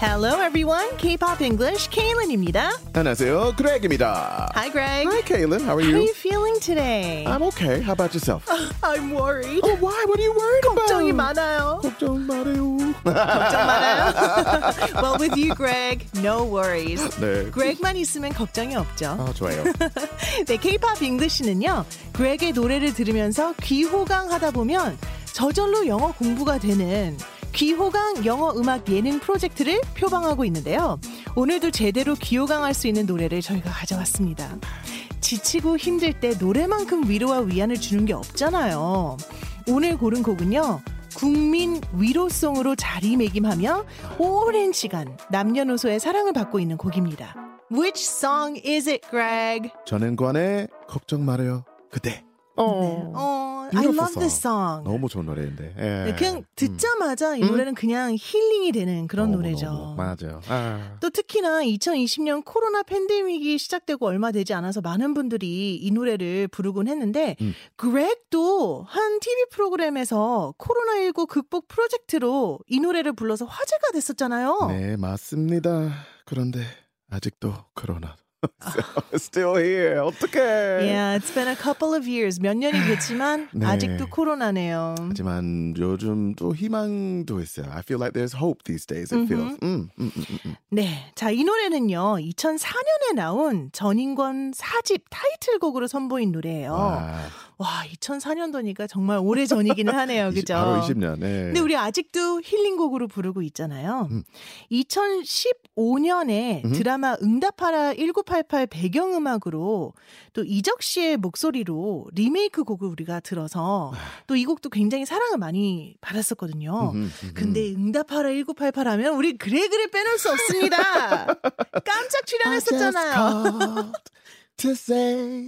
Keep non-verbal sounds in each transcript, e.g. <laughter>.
Hello everyone, K-pop English, Kaylin입니다. 안녕하세요, Greg입니다. Hi Greg. Hi, Kaylin. How How are are you? you feeling today? I'm okay. How about yourself? I'm worried. oh, why? What are you worried about? 걱정이 많아요. 걱정 말아요. <laughs> 걱정 <laughs> 많아요. well, with you, Greg, no worries. 네. Greg만 있으면 걱정이 없죠. 아, 좋아요. <laughs> 네, K-pop English는요. Greg의 노래를 들으면서 귀호강하다 보면 저절로 영어 공부가 되는 귀호강 영어 음악 예능 프로젝트를 표방하고 있는데요. 오늘도 제대로 귀호강할 수 있는 노래를 저희가 가져왔습니다. 지치고 힘들 때 노래만큼 위로와 위안을 주는 게 없잖아요. 오늘 고른 곡은요. 국민 위로송으로 자리매김하며 오랜 시간 남녀노소의 사랑을 받고 있는 곡입니다. Which song is it, Greg? 전행관의 걱정 말아요. 그때. 어. 어, I Beautiful love this song. 너무 좋은 노래인데. 예. 네, 그냥 듣자마자 이 음. 노래는 그냥 힐링이 되는 그런 너무, 노래죠. 너무. 맞아요. 아. 또 특히나 2020년 코로나 팬데믹이 시작되고 얼마 되지 않아서 많은 분들이 이 노래를 부르곤 했는데 음. 그렉도 한 TV 프로그램에서 코로나19 극복 프로젝트로 이 노래를 불러서 화제가 됐었잖아요. 네, 맞습니다. 그런데 아직도 그러나. <laughs> Still here. 어떡해. 아. Yeah, it's been a couple of years. 몇 년이 됐지만 네. 아직도 코로나네요. 하지만 요즘 또 희망도 있어요. I feel like there's hope these days. Mm-hmm. It feels. 음, 음, 음, 음, 음. 네. 자, 이 노래는요. 2004년에 나온 전인권 사집 타이틀곡으로 선보인 노래예요. 와, 와, 2004년도니까 정말 오래 전이기는 하네요. 20, 그죠? 바로 20년. 네. 근데 우리 아직도 힐링곡으로 부르고 있잖아요. 2015년에 음. 드라마 응답하라 1988 배경음악으로 또 이적 씨의 목소리로 리메이크 곡을 우리가 들어서 또 이 곡도 굉장히 사랑을 많이 받았었거든요. 아. 음, 음, 음. 어, 근데 응답하라 1988 하면 우리 그레그를 빼놓을 수 <laughs> 없습니다. 깜짝 출연했었잖아요. I just called to say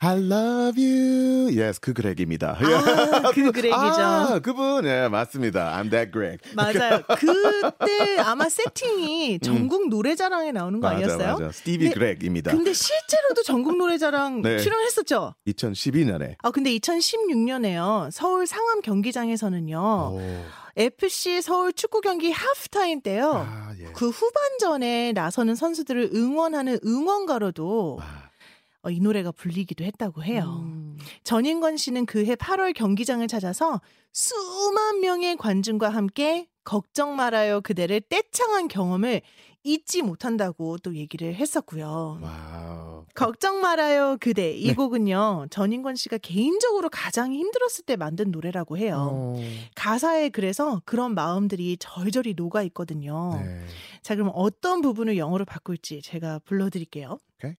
I love you. Yes, 그 그렉입니다. 아, 그 그렉이죠. 아, 그분. 예, 맞습니다. I'm that Greg. 맞아요. 그러니까. 그때 아마 세팅이 전국 노래자랑에 나오는 거 아니었어요? 음. 맞아. 스티비 근데- 그렉입니다. 근데 실제로도 전국 노래자랑 네. 출연했었죠. 2012년에. 아 근데 2016년에요. 서울 상암 어. 경기장에서는요. FC 서울 축구 경기 하프타임 때요. 아, 예. 그 후반전에 나서는 선수들을 응원하는 응원가로도 아. 음. 어, 이 노래가 불리기도 했다고 해요. 전인권 씨는 그해 8월 경기장을 찾아서 수만 명의 관중과 함께 걱정 말아요 그대를 떼창한 경험을 잊지 못한다고 또 얘기를 했었고요. 와우. 걱정 말아요 그대 이 네. 곡은요 전인권 씨가 개인적으로 가장 힘들었을 때 만든 노래라고 어. 해요. 가사에 그래서 그런 마음들이 절절히 녹아 있거든요. 네. 자 그럼 어떤 부분을 영어로 바꿀지 제가 불러드릴게요. 오케이.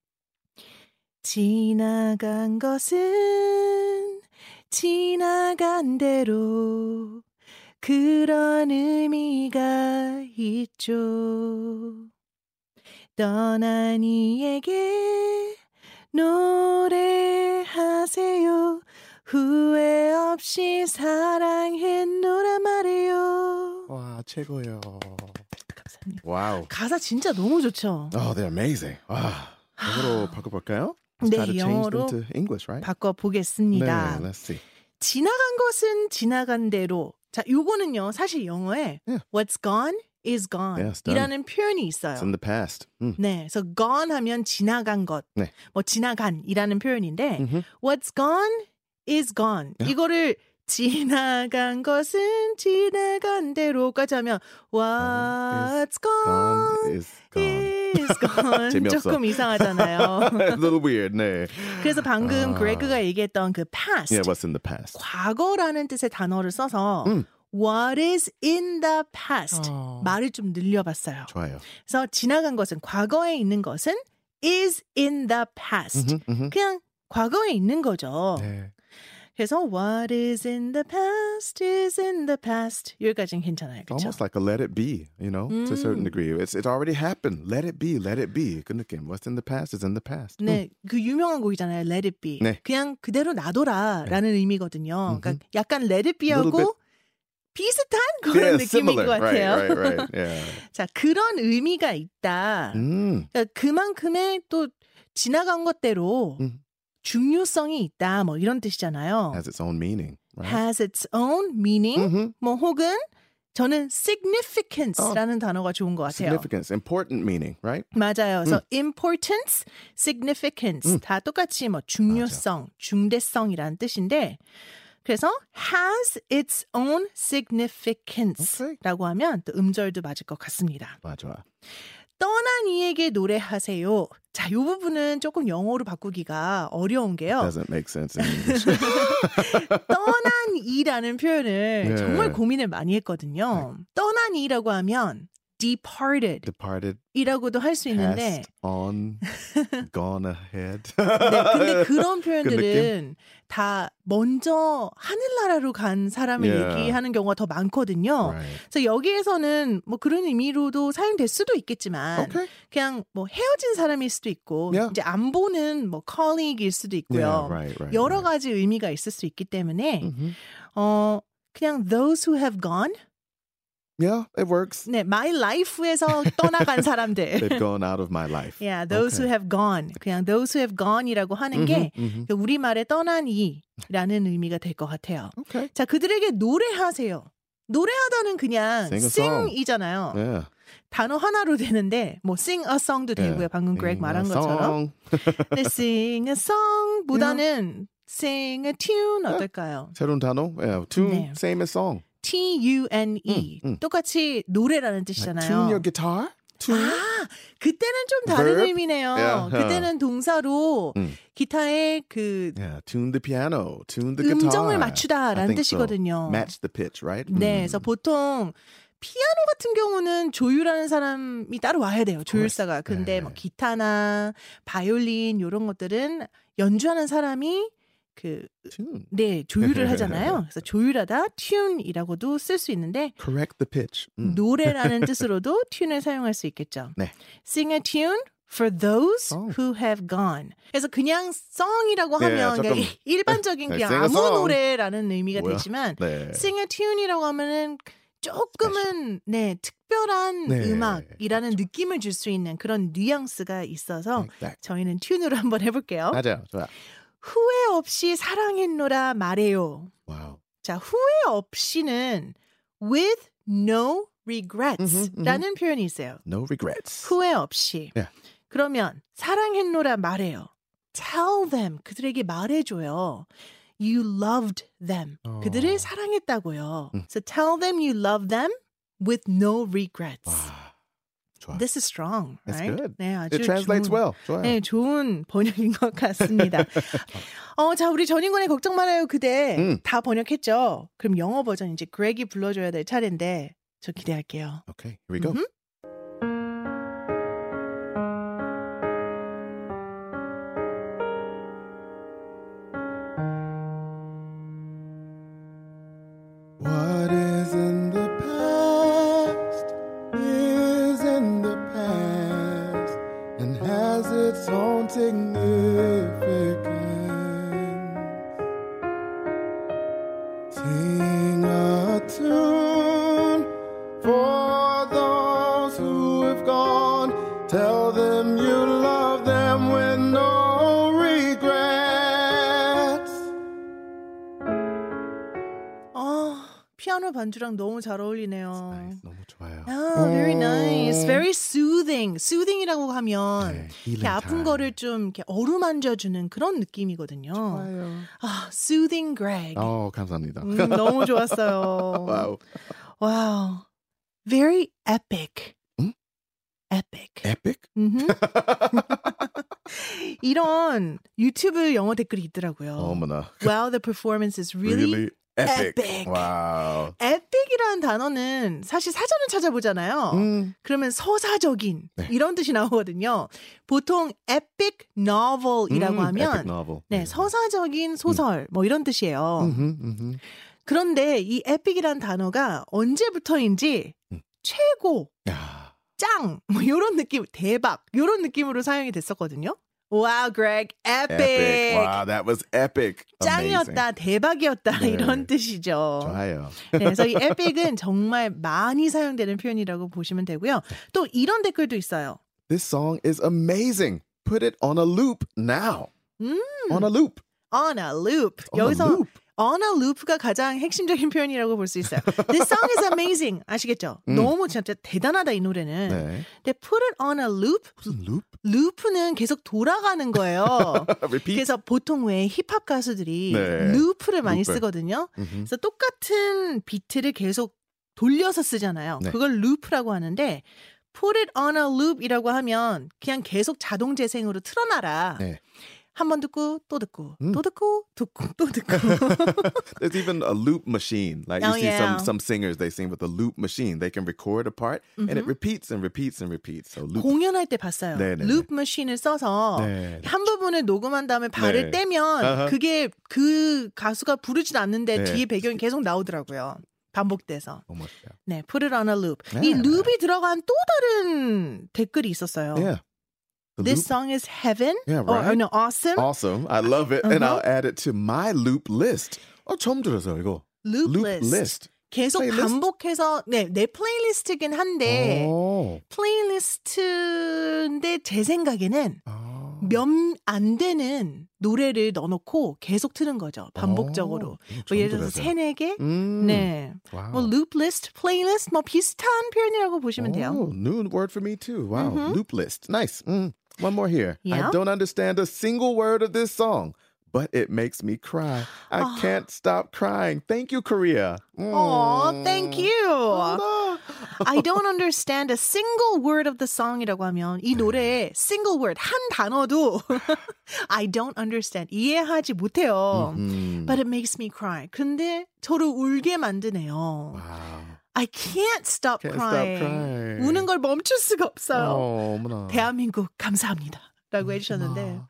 지나간 것은 지나간 대로 그런 의미가 있죠. 떠난 이에게 노래하세요. 후회 없이 사랑했노라 말해요. 와, 최고예요. 감사합니다. 와우. 가사 진짜 너무 좋죠. Oh, they're amazing. 와. 영어로 바꿔 볼까요? 네, try to change 영어로 them to English, right? 아, 바꿔 보겠습니다. 네, let's see. 지나간 것은 지나간 대로. 자, 요거는요. 사실 영어에 Yeah. what's gone is gone 예. Yes, done. 이라는 표현이 있어요. It's in the past. 음. 네, 그래서 gone 하면 지나간 것, 네. 뭐 지나간이라는 표현인데 음흠. 예. what's gone is gone 이거를 지나간 것은 지나간 대로까지 하면 what's Gone gone, is gone. is gone <laughs> 재미없어. 조금 이상하잖아요. <laughs> A little weird, 네. 그래서 방금 아. 예, 그레그가 얘기했던 그 past Yeah, what's in the past? 과거라는 뜻의 단어를 써서 음. what is in the 어. past 말을 좀 늘려봤어요. 좋아요. 그래서 지나간 것은 과거에 있는 것은 is in the past 음흠, 음흠. 그냥 과거에 있는 거죠. 네. 그래서 what is in the past is in the past 여기까지는 괜찮아요. 그렇죠? Almost like a let it be, you know, to a certain degree. It's it already happened. Let it be, let it be. 그 느낌. What's in the past is in the past. 네, 그 유명한 곡이잖아요. Let it be. 음. 네. 그냥 그대로 놔둬라라는 의미거든요. 그러니까 약간 Let it Little be하고 비슷한 음. 그런 yeah, 느낌인 similar. 것 같아요. Right, right, <laughs> right. Yeah. 자, 그런 의미가 있다. 음. 그러니까 그만큼의 또 지나간 것대로 음. 중요성이 있다. 뭐 이런 뜻이잖아요. Has its own meaning, right? Has its own meaning. 음흠. 뭐 혹은 저는 significance라는 단어가 좋은 것 같아요. Significance, important meaning, right? 맞아요. 그래서 음. importance, significance 다 똑같이 뭐 중요성, 중대성이라는 뜻인데 그래서 has its own 오케이. significance라고 하면 또 음절도 맞을 것 같습니다. 맞아. 떠난 이에게 노래하세요. 자, 이 부분은 조금 영어로 바꾸기가 어려운 게요. Doesn't make <laughs> sense in English. <laughs> 떠난 이라는 표현을 네. 정말 고민을 많이 했거든요. 떠난 이라고 하면 departed Departed, 이라고도 할 수 있는데 passed <laughs> on, gone ahead. 네, 근데 <laughs> 그런 느낌? 표현들은 다 먼저 하늘나라로 간 사람을 Yeah. 얘기하는 경우가 더 많거든요. right. 그래서 여기에서는 뭐 그런 의미로도 사용될 수도 있겠지만 Okay. 그냥 뭐 헤어진 사람일 수도 있고 Yeah. 이제 안 보는 뭐 colleague일 수도 있고요. Yeah, right, right. 여러 right. 가지 의미가 있을 수 있기 때문에 Mhm. 어 그냥 those who have gone Yeah, it works. 네 my life에서 <laughs> 떠나간 사람들 They've gone out of my life. yeah those who have gone 그냥 those who have gone이라고 하는 게그 Mhm, mhm. 우리 말에 떠난 이라는 의미가 될 것 같아요. Okay. 자, 그들에게 노래하세요. 노래하다는 그냥 Sing a song. sing이잖아요. Yeah. 단어 하나로 되는데 뭐 sing a song도 Yeah. 되고요. 방금 그렉 Sing 말한 a 것처럼. song. 근데 sing 네, a song보다는 sing a 네. tune 어떨까요? 새로운 단어? Yeah, tune, 네. same as song. T U N E 음, 음. 똑같이 노래라는 뜻이잖아요. Tune your guitar. Tune. 아, 그때는 좀 다른 Verb? 의미네요. Yeah. 그때는 동사로 음. 기타의 그 Yeah, tune the piano, tune the guitar. 음정을 I 맞추다라는 think so. 뜻이거든요. Match the pitch, right? Mm-hmm. 네, 그래서 보통 피아노 같은 경우는 조율하는 사람이 따로 와야 돼요. 조율사가. course. 근데 네. 뭐 기타나 바이올린 요런 것들은 연주하는 사람이 그 Mm, tune. 네, <laughs> 예, 조율을 하잖아요. 그래서 조율하다 튠이라고도 쓸 수 있는데 Correct the pitch. Mm. 노래라는 뜻으로도 튠을 사용할 수 있겠죠. 네. Sing a tune for those Song. who have gone. 그래서 그냥 song이라고 네, 하면 그냥 조금- 일반적인 네, 그냥 sing a 아무 song. 노래라는 의미가 뭐야? 되지만 네. sing a tune이라고 하면은 조금은 네 특별한 네. 음악이라는 느낌을 줄 수 있는 그런 뉘앙스가 있어서 Exact. 저희는 튠으로 <laughs> 한번 해볼게요. 음. 맞아요. 좋아. 후회 없이 사랑했노라 말해요. Wow. 자 후회 없이는 with no 음흠, 음흠. regrets라는 표현이 있어요. No regrets. 후회 없이. 네. 그러면 사랑했노라 말해요. Tell them 그들에게 말해줘요. You loved them. 어. 그들을 사랑했다고요. So tell them you love them with no regrets. 와. <sighs> 좋아. This is strong, That's right? good. 네, 아주 It translates 좋은, well. 좋아요. 네, 좋은 번역인 것 <laughs> 같습니다. 어, 자, 우리 전인권의 걱정 말아요 그대 음. 다 번역했죠. 그럼 영어 버전 이제 그렉이 불러줘야 될 차례인데 저 기대할게요. Okay, here we go. Mhm. What is in the past is in the past and has its own significance. Sing a tune for those who have gone. Tell them you love them with no regrets. 아, 피아노 반주랑 너무 잘 어울리네요. Nice. 너무 좋아요. 아, very 어. nice. Very soothing. soothing이라고 하면 네, healing 이렇게 아픈 time. 거를 좀 이렇게 어루만져 주는 그런 느낌이거든요. 좋아요. 아, soothing Greg. 어, 감사합니다. 음, 너무 좋았어요. <laughs> 와우. 와우. Very epic. 음? epic. <laughs> 에픽? 음흠. 이런 유튜브 영어 댓글이 있더라고요. 어머나. 뭐, 그 Wow, the performance is really, epic. epic. 와우. epic이라는 단어는 사실 사전을 찾아보잖아요. 음. 그러면 서사적인 네. 이런 뜻이 나오거든요. 보통 epic novel이라고 음, 하면 epic novel. 음. 네, 서사적인 소설 뭐 이런 뜻이에요. 음흠, 음흠. 그런데 이 epic이란 단어가 언제부터인지 음. 최고, 야. 짱, 뭐 이런 느낌, 대박 이런 느낌으로 사용이 됐었거든요. 와우, Greg, epic, epic. Wow, that was epic. Amazing. 짱이었다, 대박이었다 네. 이런 뜻이죠. 좋아요. 네, 그래서 이 epic은 정말 많이 사용되는 표현이라고 보시면 되고요. 또 이런 댓글도 있어요. This song is amazing. Put it on a loop now. 음. On a loop. Mm. On a loop. On 여기서 a loop. on a loop가 가장 핵심적인 표현이라고 볼 수 있어요. This song is amazing. 아시겠죠? 너무 진짜 대단하다 이 노래는. 음. 네. 근데 put it on a loop. 무슨 loop? <laughs> 루프는 계속 돌아가는 거예요. Repeat. 그래서 보통 왜 힙합 가수들이 네. 루프를 많이 루프를. 쓰거든요. 음흠. 그래서 똑같은 비트를 계속 돌려서 쓰잖아요. 네. 그걸 루프라고 하는데 put it on a loop이라고 하면 그냥 계속 자동 재생으로 틀어놔라. 네. 한 번 듣고 또 듣고 음. 또 듣고 듣고 또 듣고 <laughs> There's even a loop machine. Like you Oh, see yeah. some some singers, they sing with a loop machine. They can record a part and Mm-hmm. it repeats and repeats and repeats. So loop. 공연할 때 봤어요. 네, 네, 루프 머신을 써서 네. 한 부분을 녹음한 다음에 발을 네. 떼면 아하. 그게 그 가수가 부르진 않는데 네. 뒤에 배경이 계속 나오더라고요. 반복돼서. Oh my God. 네, put it on a loop. 이 네. 룹이 들어간 또 다른 댓글이 있었어요. Yeah. Oh. The This 네, 그 loop. song oh, is heaven. Yeah, or, right? no, awesome. Awesome. I love it. And Uh-huh. I'll add it to my loop list. 어, 처음 들어서 이거. loop, Loop list. list. 계속 Playlist? 어. 반복해서 네, 내 플레이리스트긴 한데 오. 플레이리스트인데 제 생각에는 아. 몇 안 되는 노래를 넣어놓고 계속 트는 거죠. 반복적으로. 어, 이거 뭐 처음 예를 들어서 들어서. 세네 개. 음. 네. 와우. 뭐 loop list, playlist 뭐 비슷한 표현이라고 보시면 돼요. Oh, new word for me too. Wow. Mhm. Loop list. Nice. Mm. One more here. Yeah. I don't understand a single word of this song, but it makes me cry. I <gasps> Ah. can't stop crying. Thank you, Korea. 어, Mm. thank 어, you. 감사합니다. I don't understand a single word of the song이라고 하면 네. 이 노래의 single word 한 단어도 <laughs> I don't understand 이해하지 못해요. 음. 어. But it makes me cry. 근데 저를 울게 만드네요. Wow. I can't stop 아. Can't stop crying. crying. 우는 걸 멈출 수가 없어요. 어, 음. 어머나. Mm-hmm. 대한민국 감사합니다. 라고 해주셨는데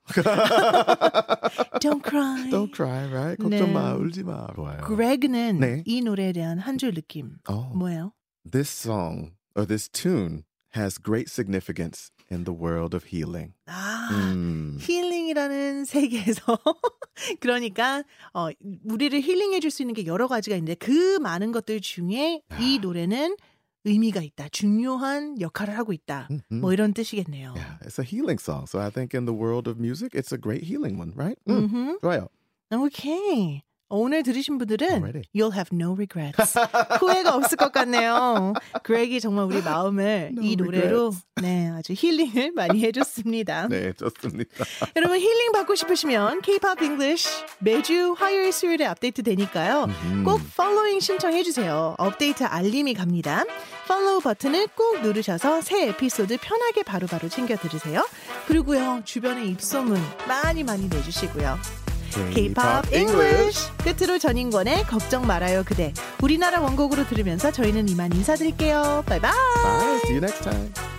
Don't cry. <laughs> 아. Don't cry, right? 네. 걱정 마, 울지 마. 좋아요. 그레그는 네. 이 노래에 대한 한 줄 느낌 어, 뭐예요? This song or this tune has great significance in the world of healing. Mm-hmm. 아 음. 힐링이라는 세계에서 <laughs> 그러니까 어, 우리를 힐링해 줄 수 있는 게 여러 가지가 있는데 그 많은 것들 중에 아. 이 노래는 의미가 있다. 중요한 역할을 하고 있다. Mhm. 뭐 이런 뜻이겠네요. Yeah, it's a healing song. So I think in the world of music, it's a great healing one, right? Mm. 음흠. 좋아요. <laughs> 오케이. 어, 오늘 들으신 분들은 Already. You'll have no <laughs> regrets. 후회가 없을 것 같네요. 그렉이 정말 우리 마음을 <laughs> No 이 노래로 네, 아주 힐링을 많이 해줬습니다. 네, 좋습니다. 여러분 힐링 받고 싶으시면 K-pop English 매주 화요일 수요일에 업데이트 되니까요. 꼭 팔로잉 신청해 주세요. 업데이트 알림이 갑니다. 팔로우 버튼을 꼭 누르셔서 새 에피소드 편하게 바로바로 챙겨 들으세요. 그리고요 주변에 입소문 많이 많이 내주시고요. K-pop English 끝으로 전인권의 걱정 말아요 그대 우리나라 원곡으로 들으면서 저희는 이만 인사드릴게요. 바이바이. Bye. See you next time.